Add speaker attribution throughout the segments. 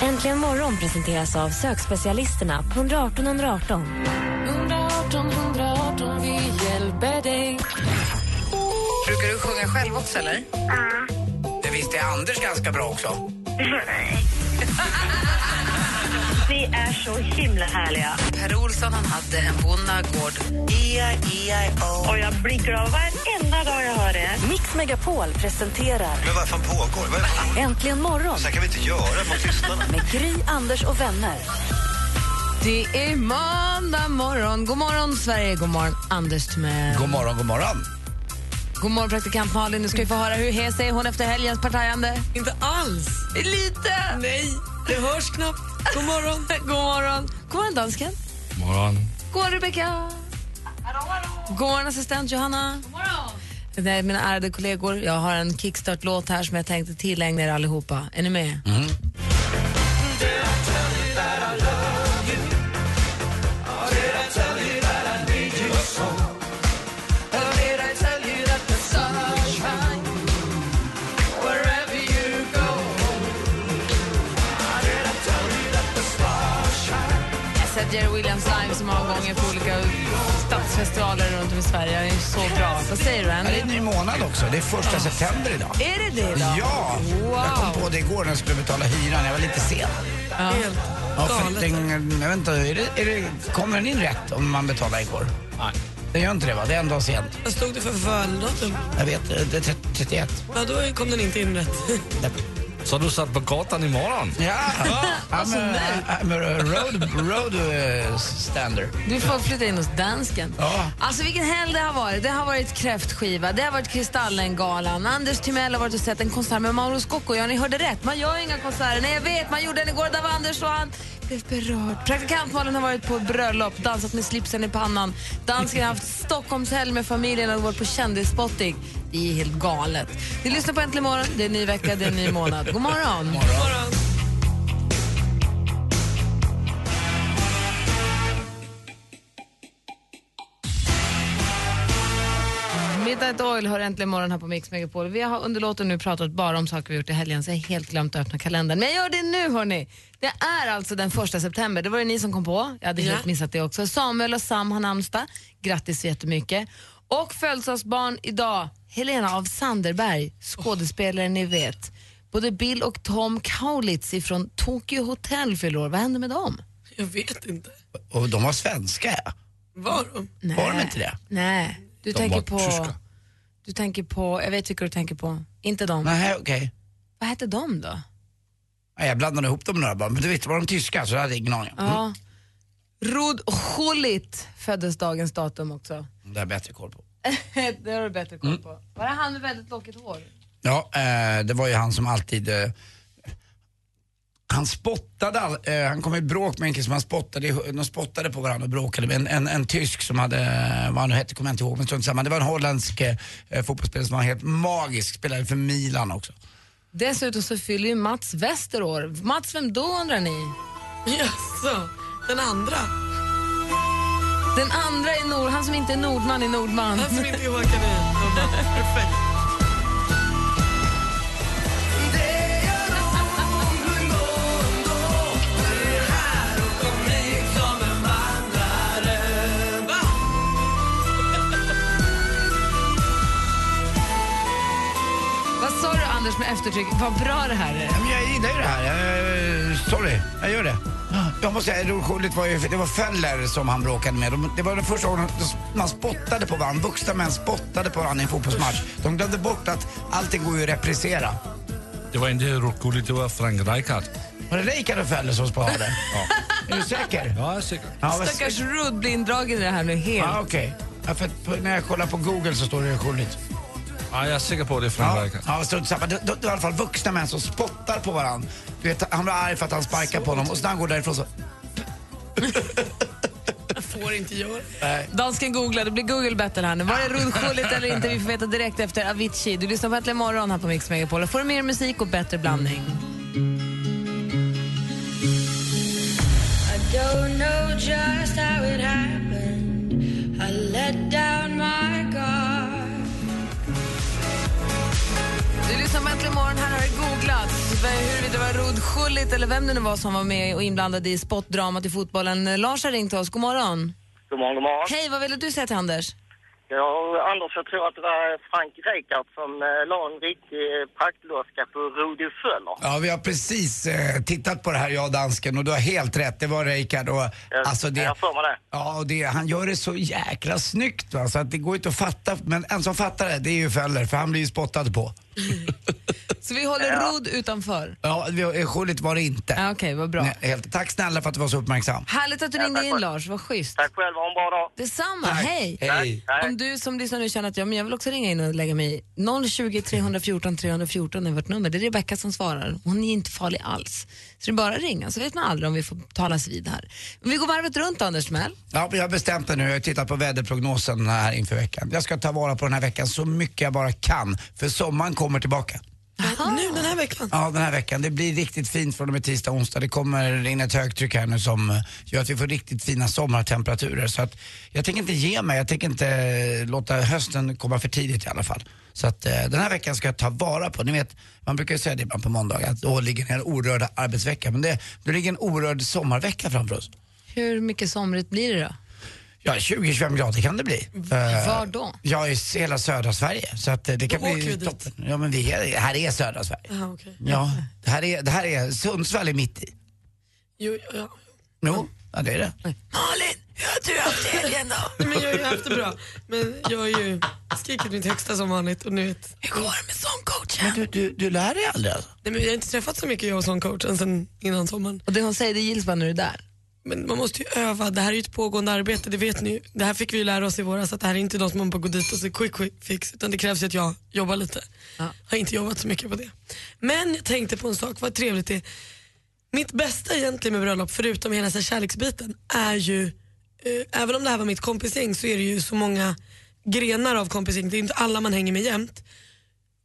Speaker 1: Äntligen morgon presenteras av sökspecialisterna på 118 118.
Speaker 2: 118 118, vi hjälper dig.
Speaker 3: Brukar du sjunga själv också, eller? Ja. Det visste Anders ganska bra också.
Speaker 4: Ni är så himla härliga.
Speaker 3: Per Olsson han hade en bonnagård. E-I-E-I-O.
Speaker 4: Och jag blir glad varenda dag jag hör det.
Speaker 1: Mix Megapol presenterar
Speaker 5: Men vad fan pågår? Vad
Speaker 1: Äntligen morgon
Speaker 5: så här kan vi inte göra mot lyssnarna.
Speaker 1: med Gry, Anders och vänner.
Speaker 2: Det är måndag morgon. God morgon, Sverige. God morgon, Anders Timell.
Speaker 3: God morgon, god morgon.
Speaker 2: God morgon, praktikant Malin. Nu ska vi få höra hur hes är hon efter helgens partajande. Inte alls. Lite. Nej, det hörs knappt. God morgon. God morgon. God morgon, dansken. God morgon, Rebecka. God morgon, assistent Johanna. God morgon. Mina ärade kollegor, jag har en kickstart-låt här som jag tänkte tillägna er allihopa. Är ni med? Jag har sett Jerry Williams live så många gånger på olika stadsfestivaler runt om i Sverige. Han är ju så bra. Vad säger du,
Speaker 6: Det är
Speaker 2: Andy?
Speaker 6: en ny månad också. Det är första september idag.
Speaker 2: Är det det då?
Speaker 6: Ja! Jag kom på
Speaker 2: Wow!
Speaker 6: det igår när jag skulle betala hyran. Jag var lite sen.
Speaker 2: Ja.
Speaker 6: Ja, för den, jag vet inte, är det, är det, kommer den in rätt om man betalar igår? Nej. Den gör inte det, va? Det är en dag sent.
Speaker 7: Vad stod det för förfalldatum?
Speaker 6: Jag vet, eh, det är 30 31.
Speaker 7: Ja, då kom den inte in rätt.
Speaker 8: Så du satt på gatan imorgon?
Speaker 6: Ja! eh, I'm a, I'm a road, road eh, stander.
Speaker 2: Du får flytta in hos dansken.
Speaker 6: Ja.
Speaker 2: Alltså vilken helg det har varit. Det har varit kräftskiva, det har varit Kristallengalan. Anders Timell har varit och sett en konsert med Mauro Scocco. Ja, ni hörde rätt. Man gör inga konserter. Nej, jag vet. Man gjorde den igår. Där var Anders och han blev berörd. Praktikant Malin har varit på ett bröllop, dansat med slipsen i pannan. Dansken har haft Stockholmshelg med familjen och varit på kändisspotting. Det är helt galet. Vi lyssnar på Äntligen morgon. Det är en ny vecka, det är en ny månad. God morgon. Midnight Oil har äntligen morgon här på Mix Megapol. Vi har under låten nu pratat bara om saker vi gjort i helgen så jag har helt glömt att öppna kalendern. Men jag gör det nu hörni. Det är alltså den första september. Det var ju ni som kom på. Jag hade helt missat det också. Samuel och Sam har namnsdag. Grattis så jättemycket. Och födelsedagsbarn idag, Helena af Sanderberg, skådespelare ni vet. Både Bill och Tom Kaulitz ifrån Tokyo Hotel fyller år. Vad händer med dem?
Speaker 7: Jag vet inte.
Speaker 6: Och de var svenska, ja.
Speaker 7: Var de?
Speaker 2: Nej.
Speaker 6: Var de inte det?
Speaker 2: Nej. Du
Speaker 8: De
Speaker 2: tänker
Speaker 8: var
Speaker 2: på...
Speaker 8: tyska.
Speaker 2: Du tänker på, jag vet vilka du tänker på. Inte dem.
Speaker 6: Nej, Mm. okej.
Speaker 2: Vad hette de då?
Speaker 6: Ja, Jag blandade ihop dem med några bara, men du vet, var de tyska så jag hade ingen aning. Mm.
Speaker 2: Ja. Rod Hulit föddes dagens datum också.
Speaker 6: Det har jag bättre koll på.
Speaker 2: det har du bättre
Speaker 6: Mm.
Speaker 2: koll på. Var det han med väldigt lockigt hår?
Speaker 6: Ja, eh, det var ju han som alltid... Eh, han spottade, all, eh, han kom i bråk med en kille som han spottade, i- de spottade på varandra och bråkade med en, en, en tysk som hade, eh, vad han nu hette kommer jag inte ihåg, men strunt samma. Det var en holländsk eh, fotbollsspelare som var helt magisk, spelade för Milan också.
Speaker 2: Dessutom så fyller ju Mats Wester år. Mats, vem då undrar ni?
Speaker 7: Jaså? Den andra?
Speaker 2: Den andra är Nord, han som inte är Nordman är Nordman.
Speaker 7: Den som inte åkade in. Jag bara, Perfekt.
Speaker 2: Vad sa du Anders med eftertryck? Vad bra det här är.
Speaker 6: Ja, men jag gillar ju det här, eh, sorry, jag gör det. Jag måste säga, Rod Schullit var ju, det var Feller som han bråkade med. De, det var den första gången man spottade på varandra, vuxna män spottade på varandra i en fotbollsmatch. De glömde bort att allting går ju att reprisera.
Speaker 8: Det var inte Rokulit, det var Frank Reichardt.
Speaker 6: Var det Reykjavik och Feller som sparade? ja. Är du säker?
Speaker 8: Ja, jag är säker.
Speaker 6: Ja, vad-
Speaker 2: Stackars Rod blir indragen i det här nu helt.
Speaker 6: Ja, okej. Ja, för att på- när jag kollar på Google så står det ju skyldigt.
Speaker 8: Ja, jag är säker på att det är Frank
Speaker 6: Ja,
Speaker 8: Reichardt.
Speaker 6: ja strunt samma. Det, det, det var i alla fall vuxna män som spottar på varandra. Du vet, han blir arg för att han sparkar på honom och sen när han går därifrån så...
Speaker 7: får inte göra.
Speaker 2: Dansken googlar, det blir Google battle här nu. Var det rullskjulet eller inte? Vi får veta direkt efter Avicii. Du lyssnar på Äntligen morgon här på Mix Megapol. Och Får du mer musik och bättre blandning.
Speaker 9: I don't know just how it happened. I let down my guard.
Speaker 2: Du lyssnar på Äntligen morgon, här har det googlats. Huruvida det var rullskjulet eller vem det nu var som var med och inblandad i spottdramat i fotbollen. Lars har ringt oss, god morgon.
Speaker 10: God morgon, god morgon.
Speaker 2: Hej, vad ville du säga till Anders?
Speaker 10: Ja, Anders, jag tror att det var Frank Reichert som eh, la en riktig eh, praktloska på Rudi Völler.
Speaker 6: Ja, vi har precis eh, tittat på det här, jag och dansken, och du har helt rätt. Det var Reykard och... alltså det,
Speaker 10: jag får mig det.
Speaker 6: Ja, och det, han gör det så jäkla snyggt va, så att det går inte att fatta. Men en som fattar det, det är ju Feller, för han blir ju spottad på.
Speaker 2: Så vi håller Rod utanför.
Speaker 6: Ja, vi har- eh, skjuligt var det inte.
Speaker 2: Ja, Okej, vad bra.
Speaker 6: Nej, helt. Tack snälla för att du var så uppmärksam.
Speaker 2: Härligt att du ringde in Lars, vad schysst.
Speaker 10: Tack själv, ha en bra dag.
Speaker 2: Detsamma,
Speaker 6: Tack.
Speaker 2: hej.
Speaker 6: Hej. Tack.
Speaker 2: Om du som lyssnar nu känner att ja, men jag vill också ringa in och lägga mig i. 020 314 314 är vårt nummer. Det är Rebecka som svarar. Hon är inte farlig alls. Så det är bara att ringa så vet man aldrig om vi får talas vid här. Men vi går varvet runt Anders Mell.
Speaker 6: Ja, jag har bestämt det nu. Jag har tittat på väderprognosen här inför veckan. Jag ska ta vara på den här veckan så mycket jag bara kan, för sommaren kommer tillbaka.
Speaker 7: Nu den här veckan?
Speaker 6: Ja, den här veckan. Det blir riktigt fint från och med tisdag och onsdag. Det kommer in ett högtryck här nu som eh, gör att vi får riktigt fina sommartemperaturer. Så att jag tänker inte ge mig. Jag tänker inte eh, låta hösten komma för tidigt i alla fall. Så att eh, den här veckan ska jag ta vara på. Ni vet, man brukar ju säga det ibland på måndagar att då ligger en orörd arbetsvecka. Men det, då ligger en orörd sommarvecka framför oss.
Speaker 2: Hur mycket somrigt blir det då?
Speaker 6: Ja, 20-25 grader kan det bli.
Speaker 2: Var då?
Speaker 6: Jag är i hela södra Sverige så att eh, det kan
Speaker 2: Då åker vi
Speaker 6: bli
Speaker 2: dit.
Speaker 6: toppen. Ja, men vi är, här är södra Sverige.
Speaker 7: Aha, okay.
Speaker 6: Ja, det här är, det här är Sundsvall är mitt i.
Speaker 7: jo, ja.
Speaker 6: Jo, ja, det är det.
Speaker 7: Malin, hur har du haft helgen då? Men jag har ju haft det bra. Men jag har ju skrikit mitt högsta som vanligt och nu vet... Hur går det med sångcoachen?
Speaker 6: Men du, du, du lär dig aldrig alltså?
Speaker 7: Nej men vi har inte träffat så mycket jag och sångcoachen sen innan sommaren.
Speaker 2: Och det hon säger det gills bara när du är där.
Speaker 7: Men man måste ju öva, det här är ju ett pågående arbete, det vet ni ju. Det här fick vi ju lära oss i våras, att det här är inte något man bara går dit och så quick, quick fix, utan det krävs ju att jag jobbar lite. Har inte jobbat så mycket på det. Men jag tänkte på en sak, vad trevligt det är. Mitt bästa egentligen med bröllop, förutom hela så här kärleksbiten, är ju, eh, även om det här var mitt kompisgäng så är det ju så många grenar av kompisgäng, det är inte alla man hänger med jämt.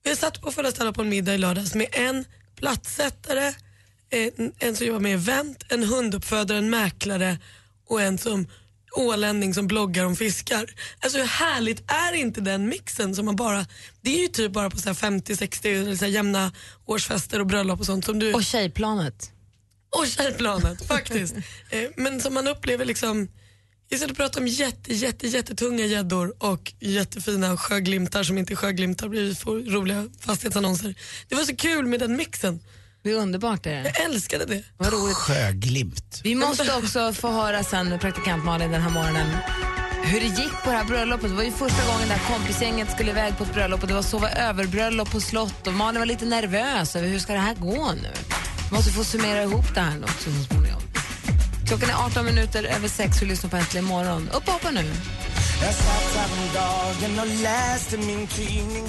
Speaker 7: Jag satt på förra stället på en middag i lördags med en platssättare, en, en som jobbar med event, en hunduppfödare, en mäklare och en som ålänning som bloggar om fiskar. Alltså hur härligt är inte den mixen som man bara, det är ju typ bara på så här 50, 60 eller så här jämna årsfester och bröllop och sånt som du... Och
Speaker 2: tjejplanet.
Speaker 7: Och tjejplanet, faktiskt. Eh, Men som man upplever liksom, istället för att prata om jätte, jätte, jättetunga gäddor och jättefina sjöglimtar som inte är sjöglimtar blir för roliga fastighetsannonser. Det var så kul med den mixen.
Speaker 2: Det är underbart det.
Speaker 7: Jag älskade det.
Speaker 2: Vad roligt.
Speaker 6: Sjöglimt.
Speaker 2: Vi måste också få höra sen med praktikant Malin den här morgonen hur det gick på det här bröllopet. Det var ju första gången det här kompisgänget skulle iväg på ett bröllop och det var sova över-bröllop på slott och Malin var lite nervös över hur ska det här gå nu. Vi måste få summera ihop det här nu också så småningom. Klockan är 18 minuter över 6 och lyssnar på Äntligen morgon. Upp och hoppa nu!
Speaker 11: Jag satt här om dagen och läste min tidning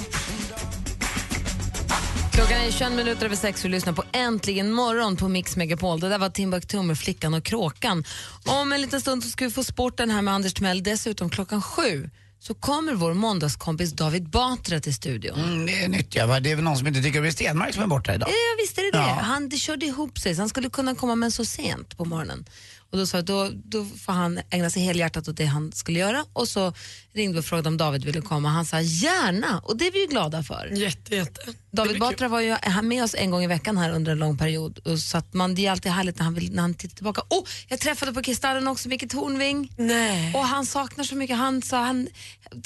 Speaker 2: Klockan är 21 minuter över sex och lyssnar på Äntligen morgon på Mix Megapol. Det där var Timbuk Tummer, Flickan och Kråkan. Om en liten stund så ska vi få sporten här med Anders Timell. Dessutom klockan sju så kommer vår måndagskompis David Batra till studion.
Speaker 6: Mm, det är nytt ja, va? Det är väl någon som inte tycker det är Stenmark som är borta idag.
Speaker 2: Ja, jag visste det.
Speaker 6: Ja.
Speaker 2: Han det körde ihop sig, så han skulle kunna komma men så sent på morgonen. Och då sa jag, då, då får han ägna sig helhjärtat åt det han skulle göra. Och så ringde vi och frågade om David ville komma. Han sa gärna, och det är vi ju glada för.
Speaker 7: Jätte, jätte.
Speaker 2: David Batra var ju han med oss en gång i veckan här under en lång period. Och så att man, det är alltid härligt när han, vill, när han tittar tillbaka. Oh, jag träffade på Kristallen också Micke Tornving.
Speaker 7: Nej.
Speaker 2: Och han saknar så mycket. Han sa, han,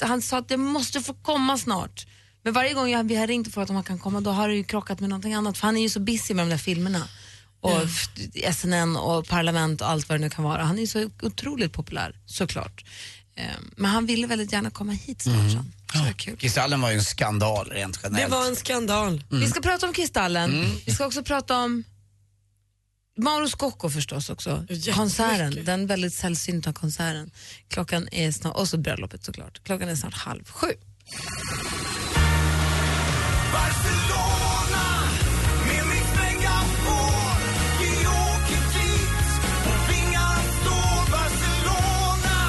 Speaker 2: han sa att jag måste få komma snart. Men varje gång jag, vi har ringt och frågat om han kan komma då har det ju krockat med någonting annat för han är ju så busy med de där filmerna. Och
Speaker 7: Ja.
Speaker 2: f- SNN och Parlament och allt vad det nu kan vara. Han är ju så otroligt populär, såklart. Eh, Men han ville väldigt gärna komma hit snart. sa han.
Speaker 6: Kristallen var ju en skandal rent
Speaker 7: Det
Speaker 6: generellt.
Speaker 7: var en skandal.
Speaker 6: Mm.
Speaker 2: Vi ska prata om Kristallen. Vi ska också prata om Mauro Scocco förstås också. Konserten, den väldigt sällsynta konserten. Klockan är snart, och så bröllopet såklart. Klockan är snart halv sju.
Speaker 11: Vi åker dit och vingar står Barcelona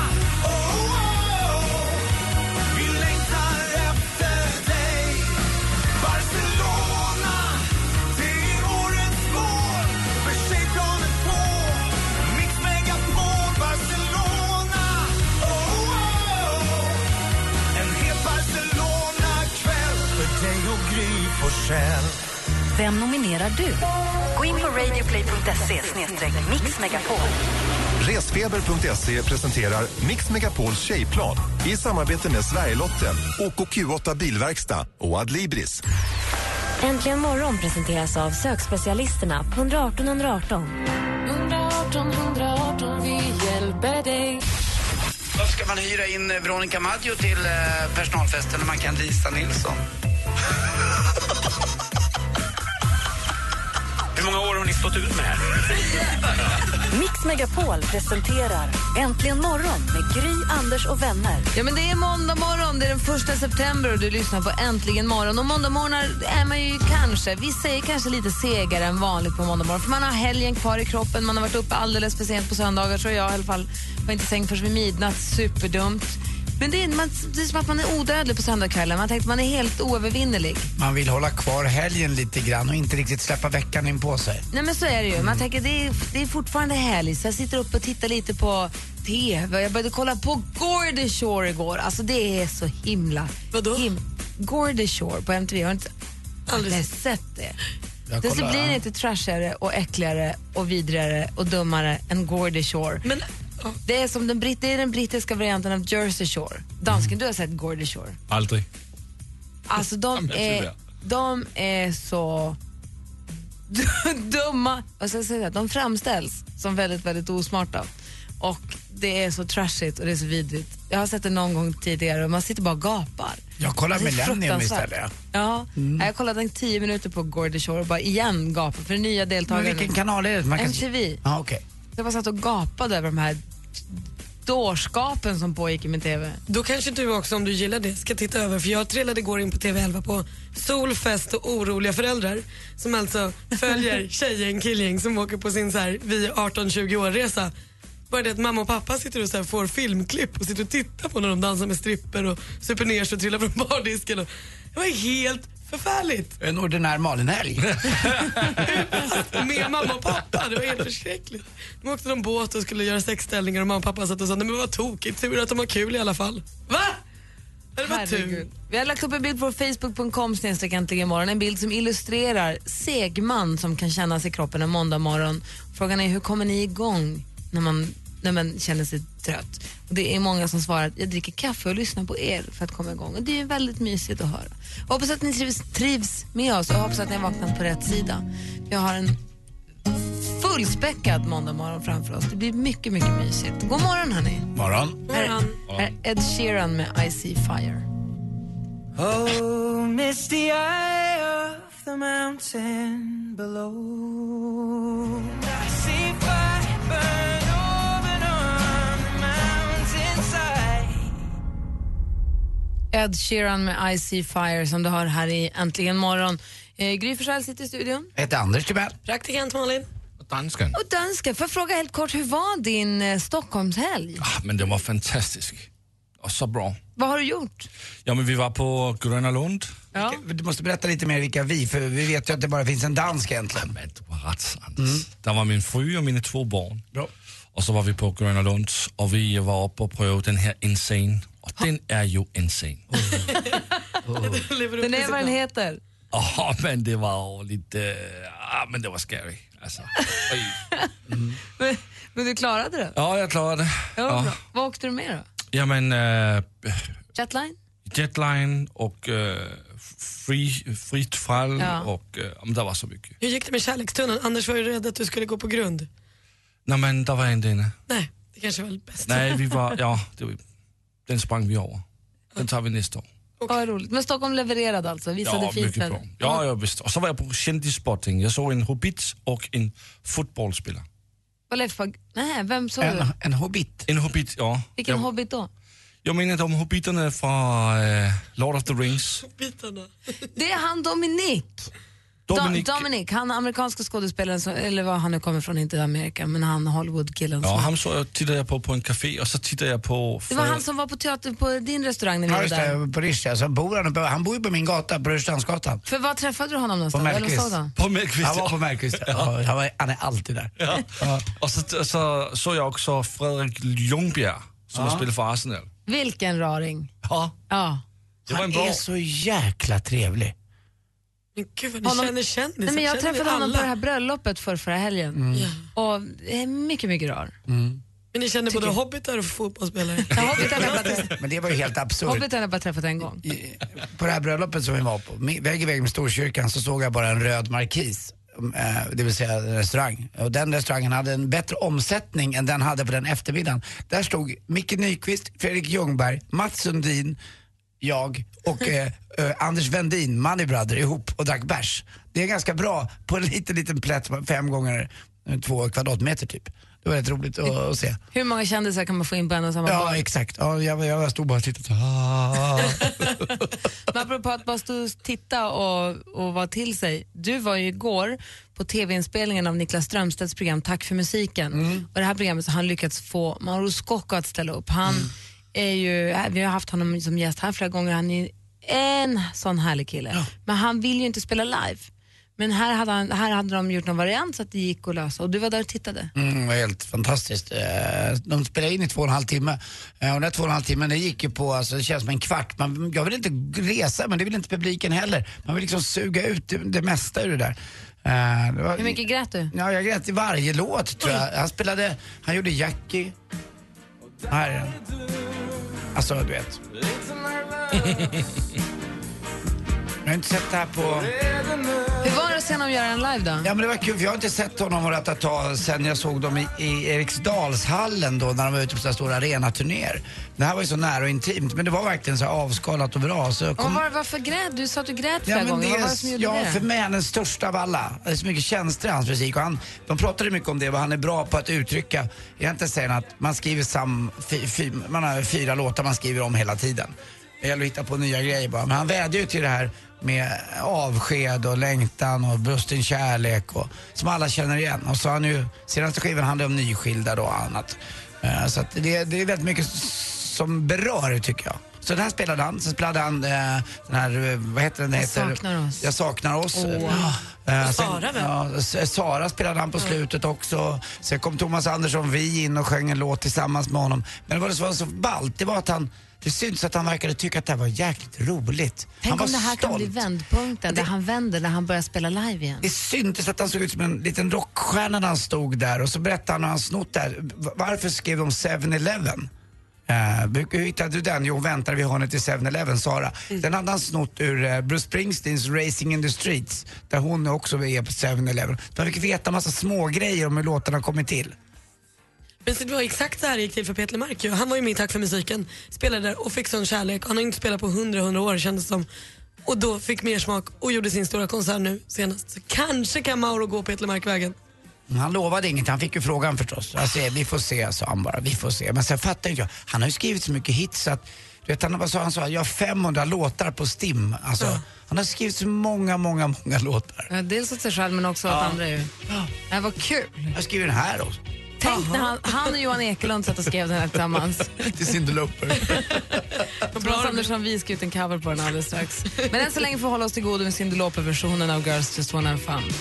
Speaker 12: Vem nominerar du? Gå in på radioplay.se mixmegapol.
Speaker 5: Resfeber.se presenterar Mix Megapols tjejplan i samarbete med Sverigelotten, OKQ8 Bilverkstad och Adlibris.
Speaker 1: Äntligen morgon presenteras av sökspecialisterna på 118 118.
Speaker 13: 118 118, vi hjälper dig.
Speaker 6: Då ska man hyra in eh, Veronica Maggio till eh, personalfesten när man kan Lisa Nilsson.
Speaker 14: Hur många år har ni stått ut med det här?
Speaker 12: Mix Megapol presenterar Äntligen morgon med Gry, Anders och vänner.
Speaker 2: Ja, men det är måndag morgon, det är den första september och du lyssnar på Äntligen morgon. Och måndag morgnar är man ju kanske, vi säger kanske lite segare än vanligt på måndag morgon. För man har helgen kvar i kroppen, man har varit uppe alldeles för sent på söndagar. Så jag i alla fall var inte i säng förrän vid midnatt, superdumt. Men det är, man, det är som att man är odödlig på söndagskvällen. Man tänkte man är helt oövervinnerlig.
Speaker 6: Man vill hålla kvar helgen lite grann och inte riktigt släppa veckan in på sig.
Speaker 2: Nej men så är det ju. Man tänker det är, det är fortfarande helg så jag sitter uppe och tittar lite på TV. Jag började kolla på Gordy Shore igår. Alltså det är så himla... Vadå? Him- Gordy Shore på MTV. Jag har inte aldrig sett det.
Speaker 7: Jag
Speaker 2: Desto
Speaker 7: kollar.
Speaker 2: blir det inte trashigare och äckligare och vidrigare och dummare än Gordy Shore. Det är som den, britt, det är den brittiska varianten av Jersey Shore. Dansken, du har sett Gordy Shore.
Speaker 8: Aldrig.
Speaker 2: Alltså
Speaker 8: Ja, men
Speaker 2: de
Speaker 8: jag tror
Speaker 2: är,
Speaker 8: det.
Speaker 2: de är så dumma. Och sen säger jag, de framställs som väldigt, väldigt osmarta. Och det är så trashigt och det är så vidrigt. Jag har sett det någon gång tidigare och man sitter bara och gapar.
Speaker 6: Jag kollar
Speaker 2: Alltså, det är
Speaker 6: Millennium
Speaker 2: fruktansvärt.
Speaker 6: istället. Mm.
Speaker 2: Ja, jag kollade en tio minuter på Gordy Shore och bara igen gapade för nya deltagare.
Speaker 6: Men vilken kanal är det? Man kan-
Speaker 2: MTV.
Speaker 6: Ja, okej.
Speaker 2: Jag bara satt och gapade över de här dårskapen som pågick i min TV.
Speaker 7: Då kanske du också om du gillar det ska titta över för jag trillade igår in på TV11 på solfest och oroliga föräldrar som alltså följer tjejgäng, killgäng som åker på sin så här vi är 18-20 år resa. Bara det att mamma och pappa sitter och så här får filmklipp och sitter och tittar på när de dansar med stripper och super ner sig och trillar från bardisken. Och det var helt förfärligt.
Speaker 6: En ordinär Malin-helg.
Speaker 7: Med mamma och pappa, det var helt förskräckligt. De åkte någon båt och skulle göra sexställningar och mamma och pappa satt och sa nej men vad tokigt, tur att de har kul i alla fall. Va? Det var tur.
Speaker 2: Herregud. Vi har lagt upp en bild på facebook.com snedstreck äntligen morgon. En bild som illustrerar segman som kan kännas i kroppen en måndag morgon. Frågan är hur kommer ni igång när man, när man känner sig trött? Och det är många som svarar att jag dricker kaffe och lyssnar på er för att komma igång. Och det är ju väldigt mysigt att höra. Jag hoppas att ni trivs, trivs med oss och jag hoppas att ni har vaknat på rätt sida. Vi har en fullspäckad måndag morgon framför oss. Det blir mycket, mycket mysigt. God morgon hörni!
Speaker 6: Morgon.
Speaker 2: Här, här är Ed Sheeran med I see fire.
Speaker 11: Oh, misty eye of the mountain below. I see fire burn over and on the mountainside.
Speaker 2: Ed Sheeran med I see fire som du har här i Äntligen morgon. Eh, Gry Forssell sitter i studion.
Speaker 6: Jag heter Anders Timell.
Speaker 2: Praktikant Malin.
Speaker 8: Dansken.
Speaker 2: Och danska, får jag fråga helt kort, hur var din eh, Stockholmshelg?
Speaker 8: Ah, Men den var fantastisk. Och så bra.
Speaker 2: Vad har du gjort?
Speaker 8: Ja, men vi var på Gröna Lund.
Speaker 6: Du måste berätta lite mer vilka vi, för vi vet ju att det bara finns en dansk egentligen.
Speaker 8: Där var min fru och mina två barn. Och så var vi på Gröna Lund och vi var uppe och prövade den här Insane. Och den är ju insane.
Speaker 2: Den är vad den heter.
Speaker 8: Ja, men det var lite... ah, men det var scary. Alltså.
Speaker 2: Mm. Men, men du klarade det?
Speaker 8: Ja, jag klarade det.
Speaker 2: Ja, vad
Speaker 8: Ja.
Speaker 2: bra. Vad åkte du med då?
Speaker 8: Ja, men eh,
Speaker 2: Jetline?
Speaker 8: Jetline och eh, free, Fritt fall
Speaker 7: Ja.
Speaker 8: och... eh, men det var så mycket.
Speaker 7: Hur gick det med kärlekstunneln? Anders var ju rädd att du skulle gå på grund.
Speaker 8: Nej, men det var inte inne.
Speaker 7: Nej, det kanske var bäst.
Speaker 8: Nej, vi var... Ja, det, var- den sprang vi över. Den tar vi nästa år.
Speaker 2: Okay. Vad roligt. Men Stockholm levererade alltså, visade
Speaker 8: ja,
Speaker 2: fint
Speaker 8: mycket bra. Ja, ja, visst. Och så var jag på kändisspotting. Jag såg en hobbit och en fotbollsspelare.
Speaker 2: Vad Leif Pag- Nej, vem såg du?
Speaker 6: en hobbit?
Speaker 8: En hobbit, ja.
Speaker 2: Vilken
Speaker 8: jag,
Speaker 2: hobbit då?
Speaker 8: jag menar de hobbiterna från eh, Lord of the Rings.
Speaker 2: Det är han Dominic.
Speaker 8: Dominic.
Speaker 2: Do- Dominic, han amerikanska skådespelaren, som, eller var han nu kommer från, inte Amerika, men han Hollywoodkillen.
Speaker 8: Ja,
Speaker 2: som-
Speaker 8: han såg jag, tittade jag på på en café och så tittade jag på...
Speaker 2: Det var han som var på teater på din restaurang när vi
Speaker 6: Ja,
Speaker 2: var
Speaker 6: just
Speaker 2: där.
Speaker 6: det, på Rish, alltså, bor han, uppe- han bor ju på min gata, på Rörstrandsgatan.
Speaker 2: För var träffade du honom
Speaker 6: På
Speaker 2: någonstans? Eller
Speaker 6: Mellqvist.
Speaker 2: såg du honom?
Speaker 8: På Mellqvist,
Speaker 6: Han var
Speaker 8: ja.
Speaker 6: på Mellqvist.
Speaker 8: Ja.
Speaker 6: Ja, han, var, han är alltid där.
Speaker 8: Ja. Och så, så såg jag också Fredrik Ljungberg som
Speaker 6: Ja.
Speaker 8: har spelat för Arsenal.
Speaker 2: Vilken raring.
Speaker 8: Ja.
Speaker 2: ja.
Speaker 8: Det var en
Speaker 6: Han
Speaker 8: bra-
Speaker 6: är så jäkla trevlig.
Speaker 7: Men gud vad ni känner kändisar.
Speaker 2: Nej, men jag
Speaker 7: Känner ni
Speaker 2: träffade honom
Speaker 7: alla?
Speaker 2: på det här bröllopet för förra helgen.
Speaker 7: Mm. Ja.
Speaker 2: Och det är mycket, mycket rar.
Speaker 8: Mm.
Speaker 7: Men ni känner
Speaker 2: Tycker
Speaker 7: både
Speaker 2: jag.
Speaker 7: hobbitar och fotbollsspelare?
Speaker 6: Men det var ju helt absurt.
Speaker 2: Hobbiten har jag bara träffat en gång.
Speaker 6: På det här bröllopet som vi var på, mi- vägg i vägg med Storkyrkan så såg jag bara en röd markis. eh, Det vill säga en restaurang. Och den restaurangen hade en bättre omsättning än den hade på den eftermiddagen. Där stod Micke Nyqvist, Fredrik Ljungberg, Mats Sundin, jag och eh, eh, Anders Wendin, Money Brother, ihop och drack bärs. Det är ganska bra på en liten, liten plätt, som är fem gånger eh, två kvadratmeter typ. Det var rätt roligt att, att se.
Speaker 2: Hur många kändisar kan man få in på en och samma
Speaker 6: Ja,
Speaker 2: bar?
Speaker 6: exakt. Ja, jag, jag stod bara och tittade Ah. så här.
Speaker 2: Men apropå att bara stå och titta och, och vara till sig. Du var ju igår på tv-inspelningen av Niklas Strömstedts program Tack för musiken.
Speaker 6: Mm.
Speaker 2: Och det här programmet så har han lyckats få Mauro Scocco att ställa upp. Han
Speaker 6: Mm.
Speaker 2: är ju, äh, vi har haft honom som gäst här flera gånger. Han är en sån härlig kille. Men han vill ju inte spela live. Men här hade, han, här hade de gjort någon variant så att det gick att lösa. Och du var där och tittade.
Speaker 6: Mm, det var helt fantastiskt. Eh, De spelade in i två och en halv timme. Eh, Och den här två och en halv timmen, det gick ju på, alltså, det känns som en kvart. Man, jag vill inte resa, men det vill inte publiken heller. Man vill liksom suga ut det, det mesta ur det där. Eh, Det var,
Speaker 2: Hur mycket grät du?
Speaker 6: Ja, jag grät i varje låt tror jag. Han spelade, han gjorde Jackie. Här är den. Alltså, du vet. Jag har inte sett det här på...
Speaker 2: Hur var det att se honom göra en live då?
Speaker 6: Ja men det var kul för jag har inte sett honom och Ratata sen jag såg dem i, i Eriksdalshallen då när de var ute på sina stora arenaturnéer. Det här var ju så nära och intimt men det var verkligen så här avskalat och bra. Så jag
Speaker 2: Och
Speaker 6: kom...
Speaker 2: var, varför grät du? Du sa att du grät flera
Speaker 6: Ja, men
Speaker 2: gånger.
Speaker 6: det
Speaker 2: Vad
Speaker 6: är,
Speaker 2: var det som gjorde
Speaker 6: ja,
Speaker 2: det?
Speaker 6: för mig är han den största av alla. Det är så mycket känslor i hans musik. Och han, de pratade mycket om det, vad han är bra på att uttrycka. Egentligen säger han att man skriver sam, fy, fy, man har fyra låtar man skriver om hela tiden. Det gäller att hitta på nya grejer bara. Men han vädjar ju till det här med avsked och längtan och brusten kärlek och, som alla känner igen. Och så har han ju, senaste skivan handlar om nyskilda då och annat. Eh, Så att det, det är väldigt mycket s- som berör tycker jag. Så den här spelade han, sen spelade han eh, den här, eh, vad heter den? Den
Speaker 2: Jag
Speaker 6: heter,
Speaker 2: saknar oss.
Speaker 6: jag saknar oss.
Speaker 2: Åh.
Speaker 6: Eh, sen-
Speaker 2: Och Sara, väl?
Speaker 6: ja, S- Sara spelade han på slutet också. Sen kom Thomas Andersson Vi in och sjöng en låt tillsammans med honom. Men vad det som var så ballt, det var att han, det syns att han verkade tycka att det här var jäkligt roligt. han
Speaker 2: Tänk
Speaker 6: var
Speaker 2: om det här
Speaker 6: stolt.
Speaker 2: kan bli vändpunkten, där han vänder när han börjar spela live igen.
Speaker 6: Det syntes att han såg ut som en liten rockstjärna när han stod där och så berättade han hur han snott där. Varför skrev de 7-Eleven? Eh, hur hittade du den? Jo, väntar vi hörnet till 7-Eleven, Sara. Den hade han snott ur eh, Bruce Springsteens Racing in the Streets, där hon också är på 7-Eleven. Man fick veta massa små grejer om hur låtarna kommit till.
Speaker 7: Men så det var exakt så här det gick till för Peter Mark. ju. Han var ju med i Tack för musiken, spelade där och fick sån kärlek. Han har inte spelat på 100-100 år kändes det som. Och då fick mer smak och gjorde sin stora konsert nu senast. Så kanske kan Mauro gå Peter Mark-vägen.
Speaker 6: Men Mm, Han lovade inget, han fick ju frågan förstås. Alltså, vi får se, sa han bara. Vi får se. Men sen fattar inte jag, han har ju skrivit så mycket hits så att, du vet, han, vad sa han sa, jag har 500 låtar på STIM. Alltså, Han har skrivit så många, många, många låtar.
Speaker 2: Ja, Dels åt sig själv men också åt
Speaker 6: Ja.
Speaker 2: andra ju. Det här var kul.
Speaker 6: Jag skriver den här också.
Speaker 2: Tänk när han, han och Johan Ekelund satt och skrev den här tillsammans.
Speaker 6: Till Cinderlooper.
Speaker 2: Thomas Andersson vi ska ut en cover på den alldeles strax. Men än så länge får vi hålla oss till godo med Cyndi Lauper-versionen av Girls Just Wanna Have Fun.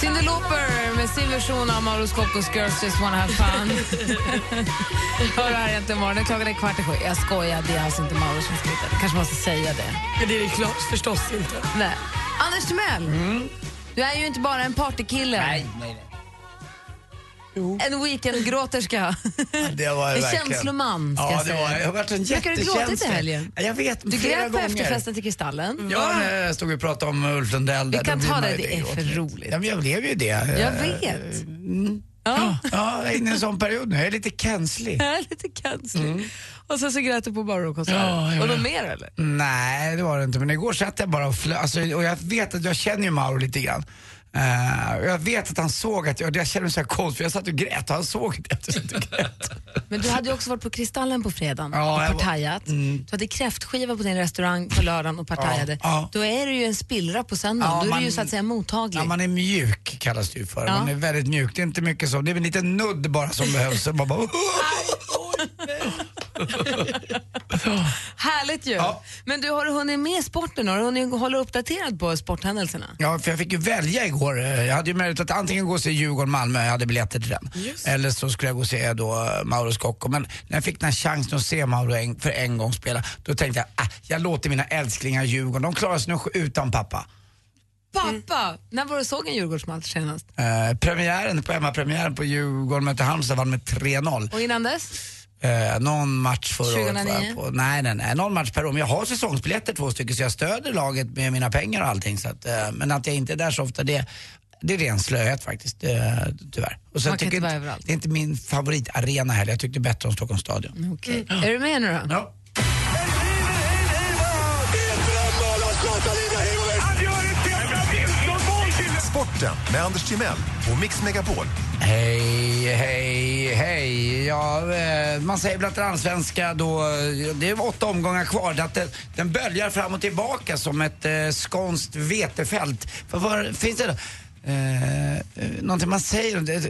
Speaker 2: Cyndi Lauper med sin version av Mauro Scoccos Girls Just Wanna Have Fun. Hör det här egentligen imorgon. Klockan är kvart i sju. Jag skojar, det är alltså inte Mauro som skriver. Jag kanske måste säga det.
Speaker 7: Men det är det klart, förstås inte.
Speaker 2: Nej. Anders Timell, du är ju inte bara en partykille.
Speaker 6: Mm. Nej, nej,
Speaker 2: nej. En weekendgråterska.
Speaker 6: Det var det
Speaker 2: En
Speaker 6: verkligen.
Speaker 2: känsloman, ska
Speaker 6: ja,
Speaker 2: jag
Speaker 6: det
Speaker 2: säga.
Speaker 6: var, jag har varit en
Speaker 2: Brukar du
Speaker 6: jättekänsla.
Speaker 2: gråta i helgen?
Speaker 6: Jag vet,
Speaker 2: Du
Speaker 6: flera
Speaker 2: grät på
Speaker 6: gånger. Mm.
Speaker 2: efterfesten till Kristallen.
Speaker 6: Ja, när jag stod och pratade om Ulf Lundell. där,
Speaker 2: Vi kan
Speaker 6: då blir
Speaker 2: ta
Speaker 6: man
Speaker 2: det,
Speaker 6: ju
Speaker 2: det är för
Speaker 6: gråtmild.
Speaker 2: roligt.
Speaker 6: Ja, men jag blev ju det.
Speaker 2: Jag
Speaker 6: Eh,
Speaker 2: vet.
Speaker 6: Ja, jag är inne i en sån period nu. Jag är lite känslig.
Speaker 2: Jag är lite känslig. Och sen så grät du på
Speaker 6: Mm. Ja,
Speaker 2: Barrow-konserten.
Speaker 6: jag
Speaker 2: och något
Speaker 6: vet.
Speaker 2: mer eller?
Speaker 6: Nej, det var det inte. Men igår satt jag bara och flö, alltså, Och jag vet att jag känner ju Mauro lite grann. Eh, och jag vet att han såg att jag, jag kände mig så här konstig för jag satt och grät och han såg det. att jag satt och grät.
Speaker 2: Men du hade ju också varit på Kristallen på fredagen
Speaker 6: Ja, jag
Speaker 2: och
Speaker 6: var-
Speaker 2: partajat.
Speaker 6: Mm.
Speaker 2: Du hade kräftskiva på din restaurang på lördagen och partajade.
Speaker 6: ja.
Speaker 2: Då är du ju en spillra på söndagen.
Speaker 6: Ja,
Speaker 2: Då är
Speaker 6: man-
Speaker 2: du ju så att säga mottaglig.
Speaker 6: Ja, man är mjuk kallas det ju för.
Speaker 2: Ja.
Speaker 6: Man är väldigt mjuk. Det är inte mycket så. Det är väl en liten nudd bara som behövs. Och Man bara,
Speaker 2: Härligt ju. Men du, har du hunnit med sporten? Har du hunnit hålla uppdaterad på sporthändelserna?
Speaker 6: Ja, för jag fick ju välja igår. Jag hade ju möjlighet att antingen gå och se Djurgården-Malmö, jag hade biljetter till den.
Speaker 2: Just.
Speaker 6: Eller så skulle jag gå och se då eh, Mauro Scocco. Men när jag fick den här chansen att se Mauro en, för en gång spela, då tänkte jag ah, jag låter mina älsklingar i Djurgården, de klarar sig nog utan pappa.
Speaker 2: Pappa, Mm. när var du såg en Djurgårdsmatch senast?
Speaker 6: Eh, premiären, på hemmapremiären på Djurgården mötte Halmstad vann med 3-0.
Speaker 2: Och innan dess?
Speaker 6: Eh, någon match förra året var
Speaker 2: 2009?
Speaker 6: jag på. Nej, nej, nej. Någon match per år. Men jag har säsongsbiljetter två stycken så jag stöder laget med mina pengar och allting. Så att, eh, men att jag inte är där så ofta, det, det är ren slöhet faktiskt, eh, tyvärr. Och så
Speaker 2: Man
Speaker 6: jag
Speaker 2: kan
Speaker 6: tycker
Speaker 2: inte vara
Speaker 6: inte,
Speaker 2: överallt.
Speaker 6: det är inte min favoritarena heller. Jag tyckte bättre om Stockholms stadion.
Speaker 2: Okej. Mm. Är du med nu då?
Speaker 6: Ja.
Speaker 5: Sporten med Anders Timell och Mix Megapol.
Speaker 6: Hej, hej, hej. Ja, eh, man säger väl att den allsvenska då, eh, det är åtta omgångar kvar, att den, den böljar fram och tillbaka som ett eh, skånskt vetefält. För, vad finns det då? Eh, eh, någonting man säger om det?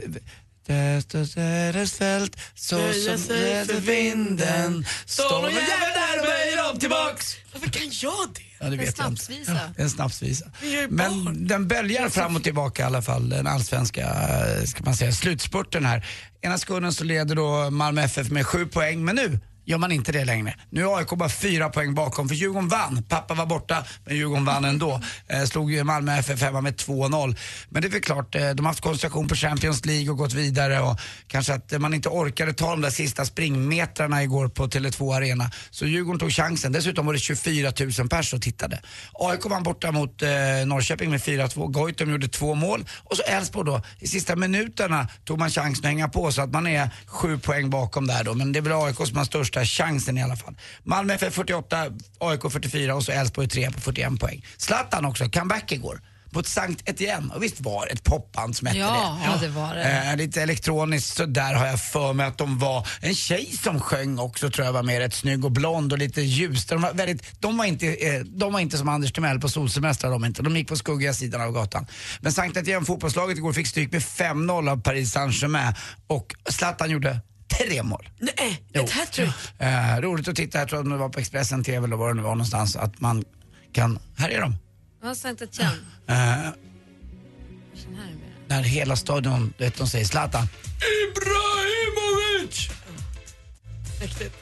Speaker 6: Det är ett fält så
Speaker 7: Böja
Speaker 6: som
Speaker 7: sig
Speaker 6: väder
Speaker 7: för
Speaker 6: vinden.
Speaker 7: Stormen jävel där böjer om
Speaker 6: tillbaks.
Speaker 7: Varför kan jag det?
Speaker 6: Ja, det vet jag inte. Ja, det är en snapsvisa.
Speaker 7: Men jag är
Speaker 6: Men den böljar fram och tillbaka i alla fall, den allsvenska eh, ska man säga, slutspurten här. Ena sekunden så leder då Malmö FF med sju poäng, men nu gör man inte det längre. Nu är AIK bara fyra poäng bakom, för Djurgården vann. Pappa var borta, men Djurgården vann ändå. Eh, slog ju Malmö FF hemma med 2-0. Men det är väl klart, eh, de har haft koncentration på Champions League och gått vidare och kanske att eh, man inte orkade ta de där sista springmetrarna igår på Tele2 Arena. Så Djurgården tog chansen. Dessutom var det 24 000 pers som tittade. AIK vann borta mot eh, Norrköping med 4-2. Goitom gjorde två mål. Och så Elfsborg då, i sista minuterna tog man chansen att hänga på så att man är sju poäng bakom där då. Men det är väl AIK som har största chansen i alla fall. Malmö FF 48, AIK 44 och så Elfsborg 3 på 41 poäng. Zlatan också, comeback igår. Mot Sankt Etienne, och visst var det ett popband som hette
Speaker 2: Ja,
Speaker 6: det?
Speaker 2: det var det.
Speaker 6: Eh, lite elektroniskt så där har jag för mig att de var. En tjej som sjöng också tror jag var med, rätt snygg och blond och lite ljus. De var, väldigt, de var, inte, eh, de var inte som Anders Timell på solsemestrar de inte. De gick på skuggiga sidan av gatan. Men Sankt Etienne fotbollslaget igår fick stryk med 5-0 av Paris Saint-Germain och Zlatan gjorde tre mål.
Speaker 7: Nej,
Speaker 6: Jo.
Speaker 7: ett hattrick.
Speaker 6: Eh, roligt att titta, jag tror att det var på Expressen TV eller var det nu var någonstans, att man kan, här är de.
Speaker 2: Vad sa inte ett känn?
Speaker 6: Eh, när hela stadion, du vet, de säger Zlatan. Ibrahimovic!
Speaker 7: Mäktigt.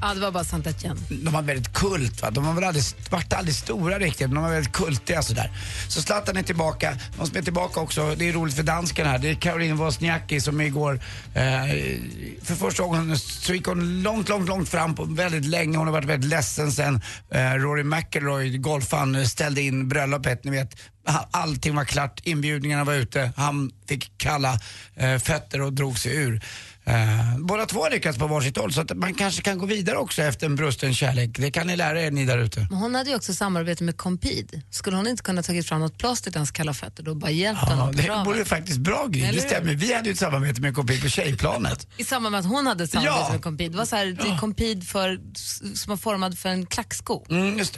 Speaker 2: Ja, det var bara sant att
Speaker 6: de var väldigt kult. Va? De var väl aldrig, vart aldrig stora riktigt, men de var väldigt kultiga sådär. Så Zlatan är tillbaka. Någon som är tillbaka också, det är roligt för dansken här, det är Caroline Wozniacki som igår, eh, för första gången så gick hon långt, långt, långt fram på väldigt länge. Hon har varit väldigt ledsen sen eh, Rory McIlroy, golfaren, ställde in bröllopet, ni vet. Ha- Allting var klart, inbjudningarna var ute, han fick kalla eh, fötter och drog sig ur. Eh, båda två har lyckats på varsitt håll så att man kanske kan gå vidare också efter en brusten kärlek. Det kan ni lära er ni där ute.
Speaker 2: Men hon hade ju också samarbete med Compid. Skulle hon inte kunna tagit fram något plåster till hans kalla fötter då och bara hjälpt
Speaker 6: Ja,
Speaker 2: honom på
Speaker 6: det
Speaker 2: traven?
Speaker 6: vore faktiskt bra Gry,
Speaker 2: Eller
Speaker 6: det
Speaker 2: hur?
Speaker 6: stämmer. Vi hade ju ett samarbete med KP på tjejplanet.
Speaker 2: I samband med att hon hade ett samarbete
Speaker 6: Ja.
Speaker 2: med Compid. Det var så här, det är Compid för, s- som var formad för en klacksko.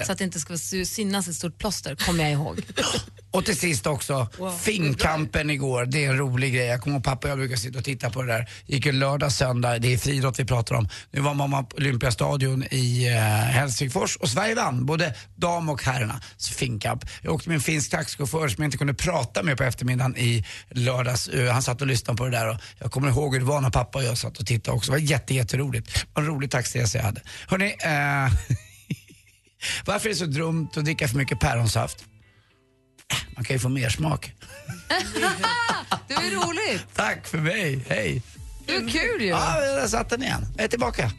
Speaker 2: Så att det inte ska sy- synas ett stort plåster, kommer jag ihåg.
Speaker 6: Och till sist också, Finnkampen igår, det är en rolig grej. Jag kommer ihåg pappa och jag brukar sitta och titta på det där. Gick en lördag, söndag, det är friidrott vi pratar om. Nu var mamma på Olympiastadion i eh, Helsingfors och Sverige vann, både dam och herrarna. Så Finnkamp. Jag åkte med en finsk taxichaufför som jag inte kunde prata med på eftermiddagen i lördags. Eh, Han satt och lyssnade på det där och jag kommer ihåg hur det var när pappa och jag satt och tittade också. Det var jätte, jätteroligt. Det var en rolig taxiresa jag hade. Hörrni, eh, varför är det så dumt att dricka för mycket päronsaft? Man kan ju få mer smak.
Speaker 2: det var ju roligt.
Speaker 6: Tack för mig, hej. Ah.
Speaker 2: Det var kul ju.
Speaker 6: Ja, där satt den igen. Jag är tillbaka.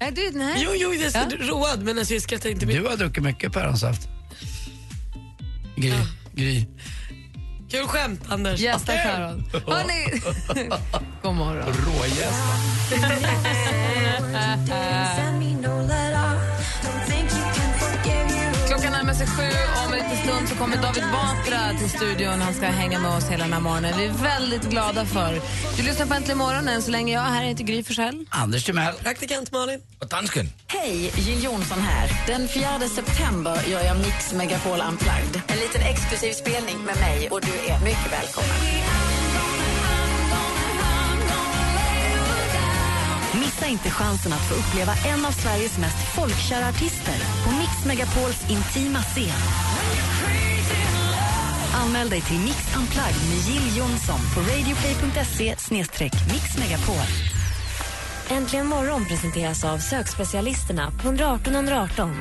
Speaker 2: Nej, du, nej.
Speaker 7: Jo, jo, jag är
Speaker 2: Ja.
Speaker 7: road men alltså, jag skrattar inte
Speaker 6: Du har druckit mycket päronsaft. Gry, Gry.
Speaker 7: Kul skämt, Anders.
Speaker 2: Gästa päron. Hörni, god morgon.
Speaker 6: Rågästa.
Speaker 2: Klockan närmar sig sju. Om en liten stund så kommer David Batra till studion. Han ska hänga med oss hela den här morgonen. Vi är väldigt glada för. Du lyssnar på Äntligen morgon än så länge jag är här. Jag heter Gry Forssell.
Speaker 6: Anders Timell.
Speaker 7: Praktikant Malin.
Speaker 8: Och dansken.
Speaker 12: Hej, Jill Johnson här. Den 4 september gör jag Mix Megapol Unplugged. En liten exklusiv spelning med mig och du är mycket välkommen.
Speaker 1: Missa inte chansen att få uppleva en av Sveriges mest folkkära artister på Mix Megapols intima scen. Anmäl dig till Mix Unplugged med Jill Johnson på radioplay.se snedstreck mixmegapol.
Speaker 15: Äntligen morgon presenteras av sökspecialisterna på 118 118.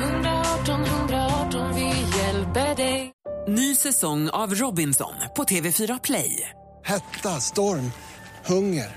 Speaker 2: 118 118, vi hjälper dig.
Speaker 16: Ny säsong av Robinson på TV4 Play.
Speaker 17: Hetta, storm, hunger.